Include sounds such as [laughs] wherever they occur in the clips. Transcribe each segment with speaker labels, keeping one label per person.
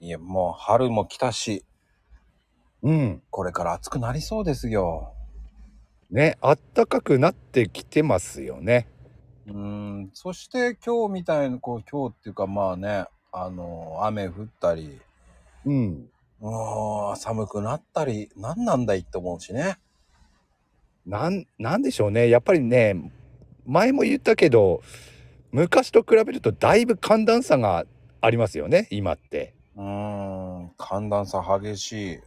Speaker 1: いや、もう春も来たし、
Speaker 2: うん。
Speaker 1: これから暑くなりそうですよ。
Speaker 2: ね、あったかくなってきてますよね。
Speaker 1: うーん、そして今日みたいな、こう、今日っていうかまあね、あの、雨降ったり、
Speaker 2: うん。
Speaker 1: うーん寒くなったり、なんなんだいって思うしね。
Speaker 2: なん、なんでしょうね。やっぱりね、前も言ったけど、昔と比べるとだいぶ寒暖差がありますよね、今って。
Speaker 1: うーん、寒暖差激しい。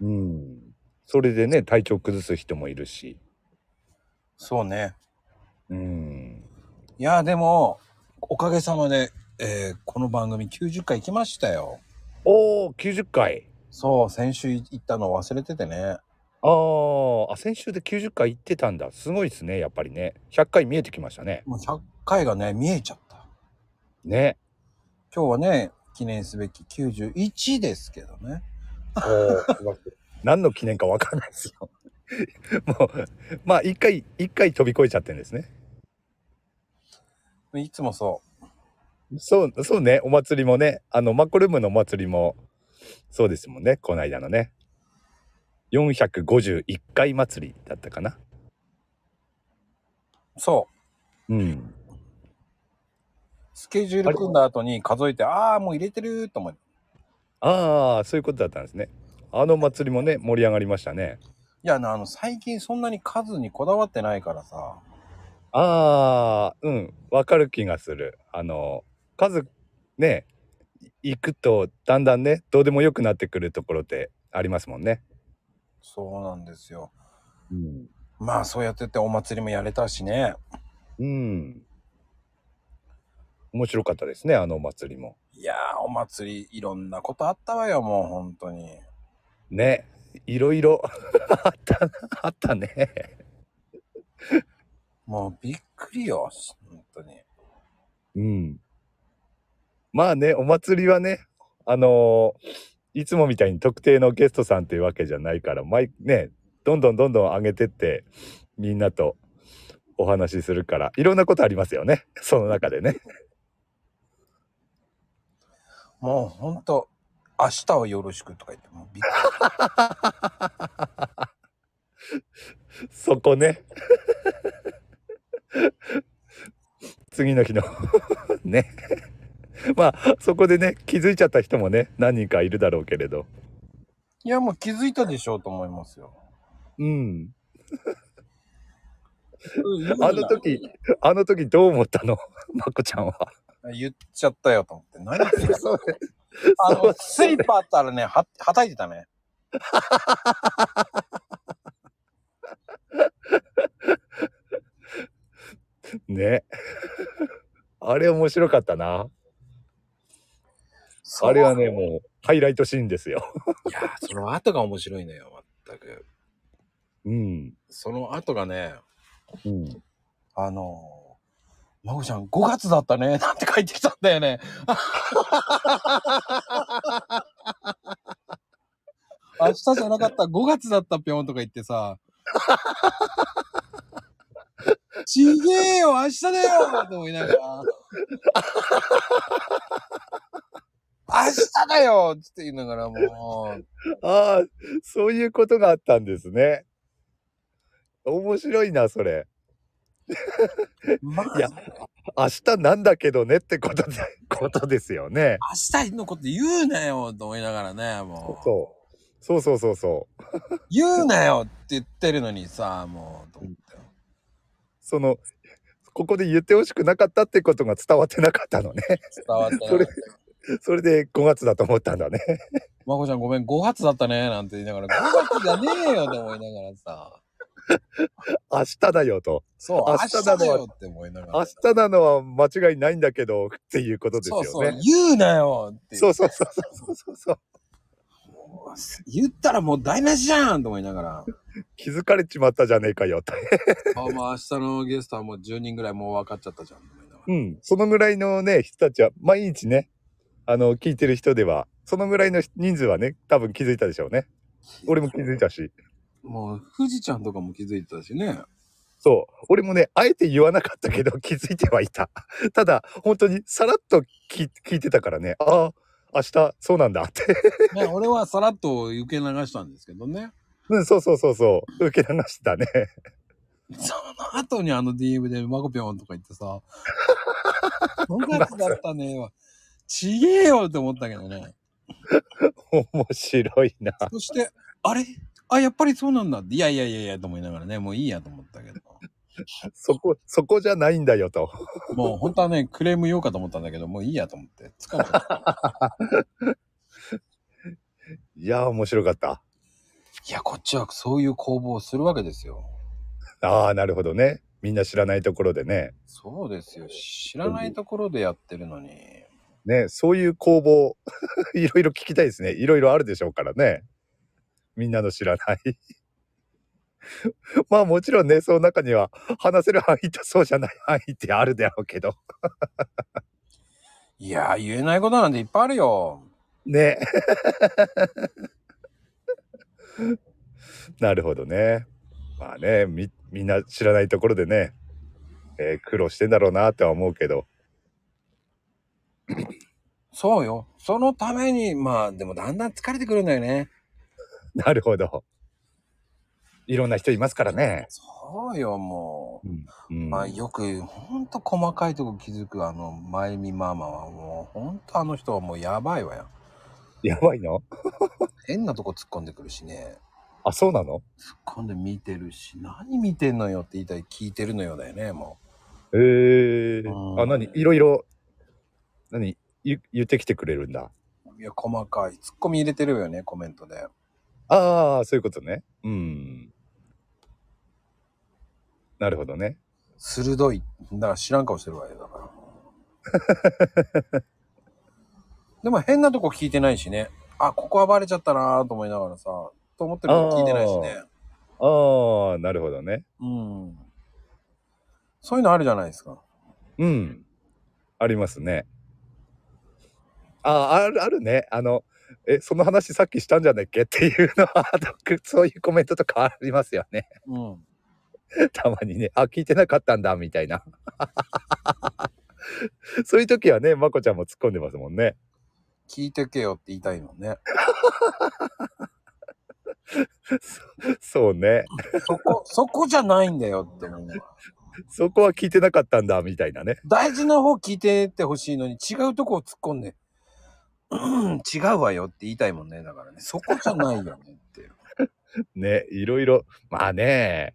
Speaker 2: うん。それでね、体調崩す人もいるし。
Speaker 1: そうね。
Speaker 2: うん。
Speaker 1: いや、でも、おかげさまで、えーこの番組90回行きましたよ。
Speaker 2: おお、90回。
Speaker 1: そう、先週行ったの忘れててね。
Speaker 2: あーあ、先週で90回行ってたんだ。すごいですね、やっぱりね。100回見えてきましたね。
Speaker 1: もう100回がね、見えちゃった。
Speaker 2: ね。
Speaker 1: 今日はね、記念すべき91ですけどね。
Speaker 2: おー何の記念かわかんないですよ。もう、まあ、一回、一回飛び越えちゃってるんですね。
Speaker 1: いつもそ
Speaker 2: そう、そうね。お祭りもね。あの、マコルームのお祭りも、そうですもんね。この間のね。451回祭りだったかな。
Speaker 1: う。そう。
Speaker 2: うん。
Speaker 1: スケジュール組んだ後に数えて、ああー、もう入れてると思って。
Speaker 2: ああ、そういうことだったんですね。あの祭りもね、盛り上がりましたね。
Speaker 1: いや、あの、最近そんなに数にこだわってないからさ。
Speaker 2: ああ、うん。わかる気がする。あの、数、ね、行くと、だんだんね、どうでもよくなってくるところってありますもんね。
Speaker 1: そうなんですよ。
Speaker 2: うん。
Speaker 1: まあ、そうやってってお祭りもやれたしね。
Speaker 2: うん。面白かったですね、あのお祭りも。
Speaker 1: いやー、お祭り、いろんなことあったわよ、もう、本当に。
Speaker 2: ねいろいろ [laughs] あったなあったね
Speaker 1: もう、びっくりよ、本当に。
Speaker 2: うんまあねお祭りはねあのーいつもみたいに特定のゲストさんっていうわけじゃないから毎ねどんどんどんどん上げてってみんなとお話しするからいろんなことありますよねその中でね
Speaker 1: もう、本当明日をよろしくとか言って、もう、びっくり。
Speaker 2: そこね次の日 [laughs] のねまあそこでね気づいちゃった人もね何人かいるだろうけれど
Speaker 1: いや、もう気づいたでしょうと思いますよ。
Speaker 2: うん
Speaker 1: うん
Speaker 2: [laughs] あの時、あの時どう思ったの [laughs] まこちゃんは。
Speaker 1: 言っちゃったよと思って。何言ってんの
Speaker 2: [laughs] そう
Speaker 1: あ
Speaker 2: そう
Speaker 1: の、スリッパあったらね、は、はたいてたね。
Speaker 2: ね。あれ面白かったな。
Speaker 1: そう
Speaker 2: あれはね、もう、ハイライトシーンですよ。
Speaker 1: いや、その後が面白いのよ、まったく。
Speaker 2: うん。
Speaker 1: その後がね、
Speaker 2: うん、
Speaker 1: あのー、まこちゃん5月だったね、 [laughs] なんて書いてきたんだよね。 [laughs] 明日じゃなかった、5月だったぴょんとか言ってさ。ちげえよ、明日だよと思いながら。明日だよつって言いながらもう。
Speaker 2: ああ、そういうことがあったんですね。面白いな、それ。
Speaker 1: まあ、
Speaker 2: いや明日なんだけどねってこと [laughs] で、ことですよね。
Speaker 1: 明日のこと言うなよと思いながらね、もう。
Speaker 2: そう。そうそうそうそう。
Speaker 1: 言うなよって言ってるのにさ、もう、と思って。
Speaker 2: その、ここで言ってほしくなかったってことが伝わってなかったのね。 [laughs]
Speaker 1: 伝わってな
Speaker 2: そ
Speaker 1: い
Speaker 2: れ。それで5月だと思ったんだね。
Speaker 1: まこちゃんごめん、5月だったね、なんて言いながら、5月じゃねえよと思いながらさ。
Speaker 2: 明日だよと。
Speaker 1: そう、明
Speaker 2: 明
Speaker 1: 日
Speaker 2: 日
Speaker 1: だ
Speaker 2: だね
Speaker 1: よって思いなが
Speaker 2: 明
Speaker 1: ら。
Speaker 2: 日なのは間違いないんだけどっていうことですよ
Speaker 1: そう
Speaker 2: ね。
Speaker 1: そう、言うなよって
Speaker 2: そうそうそうそうそうそう。
Speaker 1: 言ったらもう台無しじゃんと思いながら。
Speaker 2: 気づかれちまったじゃねえかよって。
Speaker 1: あ、もう明日のゲストはもう10人ぐらいもう分かっちゃったじゃんと思いながら。
Speaker 2: うん。 [laughs] そのぐらいのね、人たちは、毎日ね、あの、聞いてる人では、そのぐらいの人数はね、多分気づいたでしょうね。俺も気づいたし。
Speaker 1: もう、富士ちゃんとかも気づいてたし
Speaker 2: [laughs]
Speaker 1: ね。
Speaker 2: そう。俺もね、あえて言わなか [laughs] ったけど気づいてはいた。ただ、本当にさらっと聞聞いてたからね、ああ、明日そうなんだって [laughs]
Speaker 1: ね、俺はさらっと受け流したんですけどね。
Speaker 2: うんそうそうそうそう受け流してたね [laughs]
Speaker 1: その後にあの DM でマコピョンとか言って [laughs] さ、そんなやつだったねは、ちげえよって思ったけどね。
Speaker 2: 面白いな
Speaker 1: そして、あれあ、やっぱりそうなんだって。いやいやいやいやと思いながらね、もういいやと思ったけど。
Speaker 2: そこそこじゃないんだよと
Speaker 1: もう本当はね、クレーム言おうかと思ったんだけど、もういいやと思って。疲れた。
Speaker 2: いやー面白かった
Speaker 1: [laughs] いや、こっちはそういう攻防をするわけですよ。
Speaker 2: ああなるほどねみんな知らないところでね
Speaker 1: そうですよ。知らないところでやってるのに。
Speaker 2: ねそういう攻防 [laughs] いろいろ聞きたいですねいろいろあるでしょうからねみんなの知らない [laughs] まあもちろんねその中には話せる範囲とそうじゃない [laughs] 範囲ってあるだろうけど
Speaker 1: いやー、言えないことなんていっぱいあるよ。
Speaker 2: ね [laughs] なるほどねまあねみみんな知らないところでね、えー苦労してんだろうなとは思うけど
Speaker 1: そうよ。そのために、まあ、でもだんだん疲れてくるんだよね。
Speaker 2: なるほどいろんな人いますからね、
Speaker 1: そうよ、も
Speaker 2: うん
Speaker 1: う。まあ、よく、ほんと細かいとこ気づく、あの、まゆみママは、もう、ほんとあの人はもうやばいわよ。
Speaker 2: やばいの
Speaker 1: 変なとこ突っ込んでくるしね。
Speaker 2: あそうなの
Speaker 1: 突っ込んで見てるし、何見てんのよって言いたい、聞いてるのよだよね、も
Speaker 2: ええ
Speaker 1: うん
Speaker 2: あ何いろいろ何ゆ言ってきてくれるんだ
Speaker 1: う。いや、細かい。突っ込み入れてるよね、コメントで。
Speaker 2: ああそういうことねうんなるほどね
Speaker 1: 鋭い。だから知らん顔してるわよ、だから。 [laughs] でも変なとこ聞いてないしね。あ、ここはバレちゃったなーと思いながらさ、と思ってるの聞いてないしね。
Speaker 2: ああなるほどね
Speaker 1: うん。そういうのあるじゃないですか。
Speaker 2: うん。ありますね。あ、ある、あるね。あの、え、その話さっきしたんじゃないっけっていうのは、あとそういうコメントとかありますよね。 [laughs]
Speaker 1: うん。
Speaker 2: たまにね。あ、聞いてなかったんだ、みたいな。 [laughs] そういう時はね、まこちゃんも突っ込んでますもんね。
Speaker 1: 聞いてけよって言いたいのね。
Speaker 2: そうね。
Speaker 1: そこ、 [laughs] そこじゃないんだよって思う。
Speaker 2: そこは聞いてなかったんだ、みたいなね。 [laughs]
Speaker 1: 大事な方聞いてってほしいのに、違うとこを突っ込んで、うん、違うわよって言いたいもんね。だからね、そこじゃないよねっていう。 [laughs]
Speaker 2: ね、いろいろ、まあね、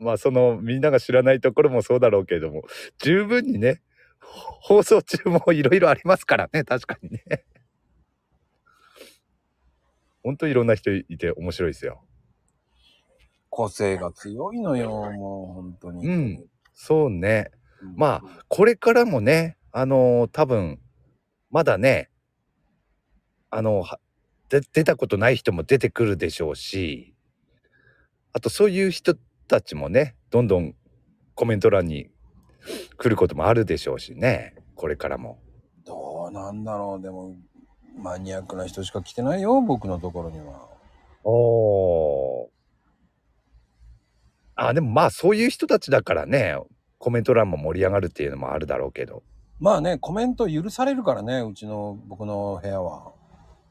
Speaker 2: まあそのみんなが知らないところもそうだろうけれども、十分にね、ほ放送中もいろいろありますからね、確かにね。本当いろんな人いて面白いですよ。
Speaker 1: 個性が強いのよ、もう本当に。
Speaker 2: うんそうね。
Speaker 1: うん
Speaker 2: まあ、これからもね、あのー多分、まだね、あのーはで出たことない人も出てくるでしょうし、あとそういう人たちもね、どんどんコメント欄に来ることもあるでしょうしね、これからも。
Speaker 1: どうなんだろう、でも、マニアックな人しか来てないよ、僕のところには。
Speaker 2: おあ、でもまあそういう人たちだからね、コメント欄も盛り上がるっていうのもあるだろうけど。
Speaker 1: まあね、コメント許されるからね、うちの、僕の部屋は。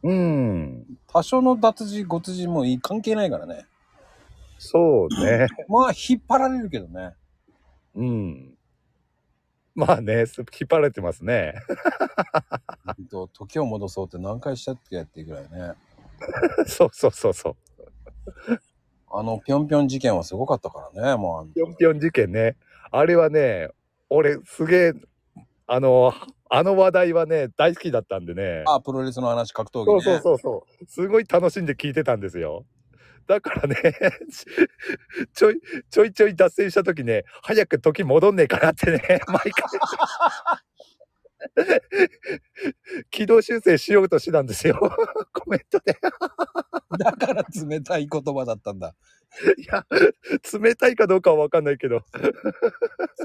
Speaker 2: うん、
Speaker 1: 多少の脱字、ごつ字もいい関係ないからね。
Speaker 2: そうね。
Speaker 1: まあ、引っ張られるけどね。
Speaker 2: うん。まあね、す引っ張られてますね。 [laughs]
Speaker 1: ほんと時を戻そうって何回したっけっていうぐらいね。
Speaker 2: そうそうそうそう。
Speaker 1: あの、ぴょんぴょん事件はすごかったからね、もうあの。
Speaker 2: ぴょんぴょん事件ね。あれはね、俺すげえ、あの、あの話題はね、大好きだったんでね。
Speaker 1: あ、プロレスの話、格闘技
Speaker 2: そ
Speaker 1: ね。
Speaker 2: うそうそうそう。すごい楽しんで聞いてたんですよ。だからね、 [laughs] ちょい、ちょいちょい脱線した時ね、早く時戻んねえかなってね、 [laughs] 毎回。軌道修正しようとしてたんですよ。 [laughs] コメントで。
Speaker 1: だから冷たい言葉だったんだ。
Speaker 2: いや、冷たいかどうかは分かんないけど。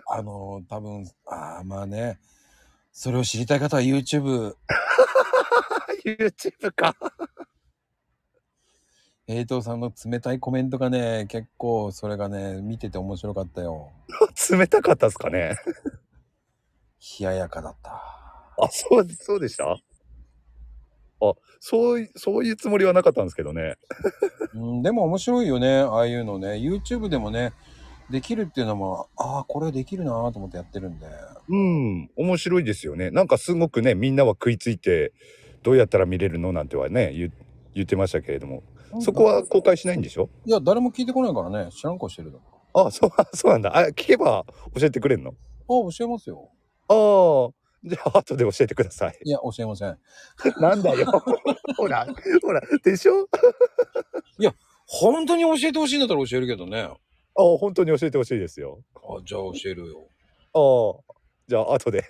Speaker 1: あのー多分ああまあねそれを知りたい方は YouTube
Speaker 2: [laughs] YouTube か。
Speaker 1: 平等さんの冷たいコメントがね結構それがね見てて面白かったよ
Speaker 2: 冷たかったですかね。
Speaker 1: 冷ややかだった
Speaker 2: あ、そう、そうでしたあ、そうい、そういうつもりはなかったんですけどね。
Speaker 1: うん、でも面白いよね、ああいうのね。YouTube でもね、できるっていうのも、ああ、これできるなと思ってやってるんで。
Speaker 2: うん、面白いですよね。なんかすごくね、みんなは食いついて、どうやったら見れるのなんてはね、言言ってましたけれども、そこは公開しないんでしょ
Speaker 1: いや、誰も聞いてこないからね、知らん顔してるだろ。あ
Speaker 2: あ、そう、そうなんだ。あ、聞けば教えてくれんの
Speaker 1: 教えますよ。
Speaker 2: ああ、じゃあ後で教えてください。
Speaker 1: いや、教えません。
Speaker 2: [laughs] なんだよ。ほら、ほら、でしょあ、
Speaker 1: 本当に教えてほしいんだったら教えるけどね。あ
Speaker 2: 本当に教えてほしいですよ。
Speaker 1: じゃあ教えるよ。
Speaker 2: ああ、じゃあ後で。